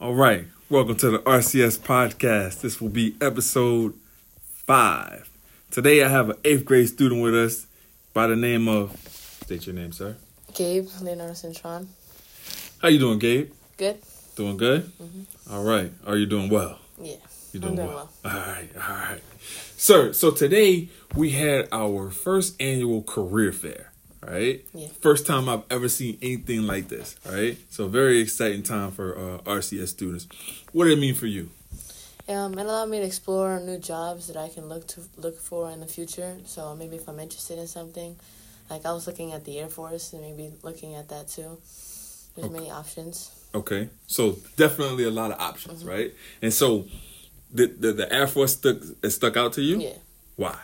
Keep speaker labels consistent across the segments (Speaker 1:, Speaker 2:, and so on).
Speaker 1: All right, welcome to the RCS podcast. This will be episode five. Today I have an eighth grade student with us by the name of. State your name, sir.
Speaker 2: Gabe, Leonardo Centron.
Speaker 1: How you doing, Gabe?
Speaker 2: Good?
Speaker 1: Doing good. All right. Are you doing well?
Speaker 2: Yeah.
Speaker 1: You're
Speaker 2: I'm
Speaker 1: doing well. All right, all right. Sir, so today we had our first annual career fair, right?
Speaker 2: Yeah.
Speaker 1: First time I've ever seen anything like this, right? So very exciting time for uh, RCS students. What did it mean for you?
Speaker 2: Um, it allowed me to explore new jobs that I can look to look for in the future. So maybe if I'm interested in something, like I was looking at the Air Force and maybe looking at that too. There's many options.
Speaker 1: Okay, so definitely a lot of options,
Speaker 2: Mm-hmm.
Speaker 1: right? And so, the the, the Air Force stuck it stuck out to you.
Speaker 2: Yeah.
Speaker 1: Why?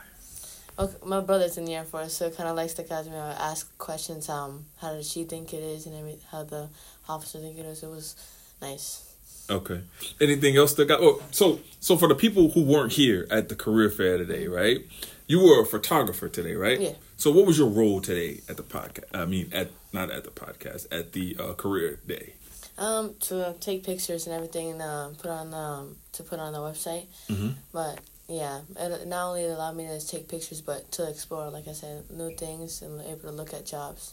Speaker 2: Okay, my brother's in the Air Force, so it kind of likes the guys. when I uh, ask questions. Um, how did she think it is, and every, how the officer think it is. It was nice.
Speaker 1: Okay. Anything else that got? Oh, so so for the people who weren't here at the career fair today, right? You were a photographer today, right?
Speaker 2: Mm-hmm. Yeah.
Speaker 1: So what was your role today at the podcast? I mean, at not at the podcast, at the uh, career day.
Speaker 2: Um, to take pictures and everything, and uh, put on um to put on the website.
Speaker 1: Mhm.
Speaker 2: But yeah, it not only allowed me to take pictures, but to explore, like I said, new things and able to look at jobs.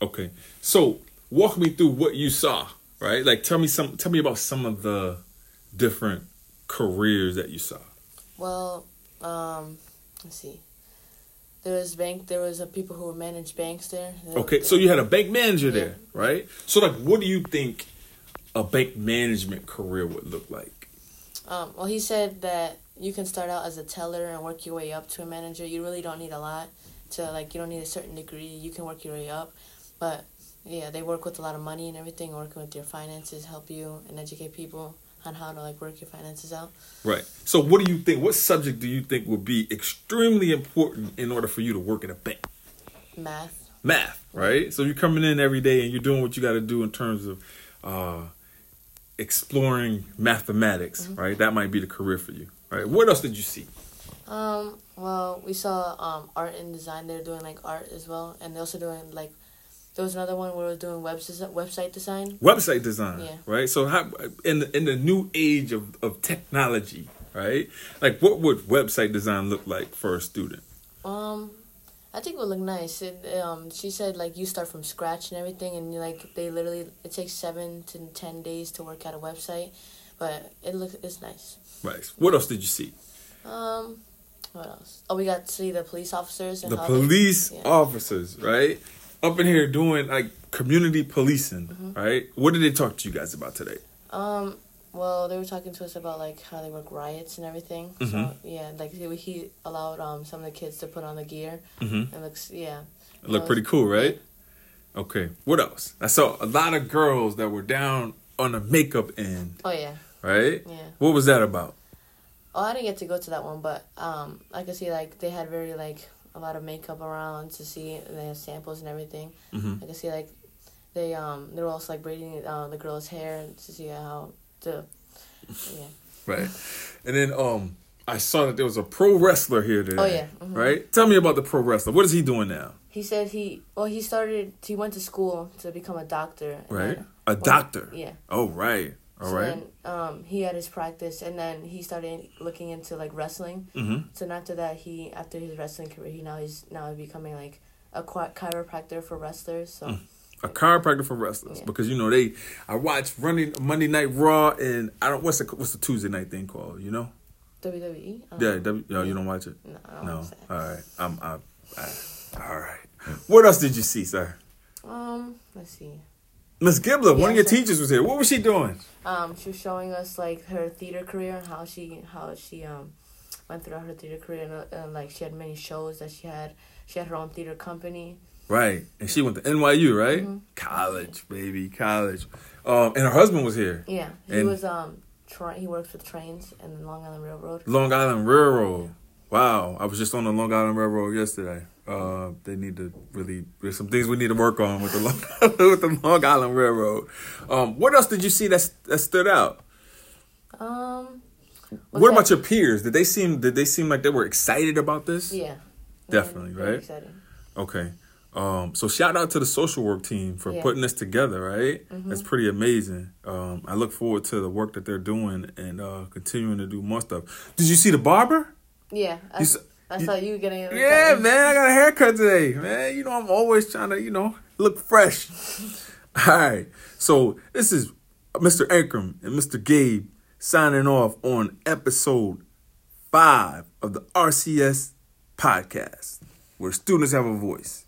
Speaker 1: Okay. So walk me through what you saw, right? Like tell me some, tell me about some of the different careers that you saw.
Speaker 2: Well, um, let's see. There was bank. There was uh, people who managed banks there. There-
Speaker 1: Okay, so you had a bank manager there, right? So like, what do you think a bank management career would look like?
Speaker 2: Um, well, he said that you can start out as a teller and work your way up to a manager. You really don't need a lot to like. You don't need a certain degree. You can work your way up, but yeah, they work with a lot of money and everything. Working with your finances help you and educate people on how to like work your finances out.
Speaker 1: Right. So what do you think? What subject do you think would be extremely important in order for you to work at a bank?
Speaker 2: Math.
Speaker 1: Math, right? So you're coming in every day and you're doing what you got to do in terms of uh, exploring mathematics, right? That might be the career for you, right? What else did you see?
Speaker 2: Um. Well, we saw um art and design. They're doing like art as well, and they're also doing like there was another one where we're doing web website design.
Speaker 1: website design,
Speaker 2: Yeah.
Speaker 1: right? So how in the, in the new age of, of technology, right? Like what would website design look like for a student?
Speaker 2: Um, I think it would look nice. It, um, she said like you start from scratch and everything, and you like they literally it takes seven to ten days to work out a website, but it looks it's nice.
Speaker 1: Right. What else did you see?
Speaker 2: Um, what else? Oh, we got to see the police officers and
Speaker 1: The
Speaker 2: how they-
Speaker 1: police
Speaker 2: yeah.
Speaker 1: officers, right? Up in here doing like community policing,
Speaker 2: Mm-hmm.
Speaker 1: right? What did they talk to you guys about today?
Speaker 2: Um, well, they were talking to us about like how they work riots and everything. So
Speaker 1: Mhm.
Speaker 2: yeah, like he, he allowed um some of the kids to put on the gear.
Speaker 1: Mhm.
Speaker 2: It looks yeah.
Speaker 1: It
Speaker 2: Uh,
Speaker 1: looked pretty cool, right? Okay. What else? I saw a lot of girls that were down on the makeup end,
Speaker 2: Oh yeah.
Speaker 1: right?
Speaker 2: Yeah.
Speaker 1: What was that about?
Speaker 2: Oh, I didn't get to go to that one, but um, I could see like they had very like a lot of makeup around to see. And they had samples and everything.
Speaker 1: Mhm.
Speaker 2: I could see like they um they were also like braiding uh, the girl's hair to see how to yeah.
Speaker 1: Right. And then um I saw that there was a pro wrestler here today.
Speaker 2: Oh, yeah. Mhm.
Speaker 1: Right? Tell me about the pro wrestler. What is he doing now?
Speaker 2: He said he well he started he went to school to become a doctor. and
Speaker 1: Right?
Speaker 2: then-
Speaker 1: A doctor.
Speaker 2: yeah.
Speaker 1: Oh right. All
Speaker 2: so
Speaker 1: right.
Speaker 2: Then, um, he had his practice, and then he started looking into like wrestling.
Speaker 1: Mhm.
Speaker 2: So then after that, he after his wrestling career, he now he's now becoming like a chi- chiropractor for wrestlers. So.
Speaker 1: Mm. A chiropractor for wrestlers
Speaker 2: Yeah.
Speaker 1: because you know they. I watched running Monday Night Raw and I don't what's the what's the Tuesday night thing called? You know?
Speaker 2: WWE. Um,
Speaker 1: yeah. W, no, you don't watch it.
Speaker 2: No, I don't
Speaker 1: No.
Speaker 2: watch that.
Speaker 1: All right. I'm. I, I, all right. What else did you see, sir?
Speaker 2: Um, let's see.
Speaker 1: Miss Gibbler, one of
Speaker 2: Yeah,
Speaker 1: your
Speaker 2: sir.
Speaker 1: teachers was here. What was she doing?
Speaker 2: Um, she was showing us like her theater career and how she how she um went throughout her theater career and, uh, and like she had many shows that she had. She had her own theater company.
Speaker 1: Right. And she went to NYU, right? College, baby, college. Um, and her husband was here.
Speaker 2: Yeah, he
Speaker 1: And-
Speaker 2: was um tra- he works with trains and the Long Island Railroad.
Speaker 1: Long Island Railroad. Wow. I was just on the Long Island Railroad yesterday. Uh, they need to really there's some things we need to work on with the Long with the Long Island Railroad. Um, what else did you see that that stood out?
Speaker 2: Um,
Speaker 1: what
Speaker 2: that-
Speaker 1: about your peers? Did they seem did they seem like they were excited about this?
Speaker 2: yeah,
Speaker 1: Definitely,
Speaker 2: Very
Speaker 1: right?
Speaker 2: Exciting.
Speaker 1: Okay. Um, so shout out to the social work team for
Speaker 2: Yeah.
Speaker 1: putting this together, right? That's pretty amazing. Um, I look forward to the work that they're doing and uh, continuing to do more stuff. Did you see the barber?
Speaker 2: Yeah, I,
Speaker 1: You s-
Speaker 2: I
Speaker 1: you-
Speaker 2: saw you getting. a
Speaker 1: Yeah,
Speaker 2: haircut.
Speaker 1: man, I got a haircut today, man. You know, I'm always trying to, you know, look fresh. All right, so this is Mr. Ankrum and Mr. Gabe signing off on episode five of the RCS podcast, where students have a voice.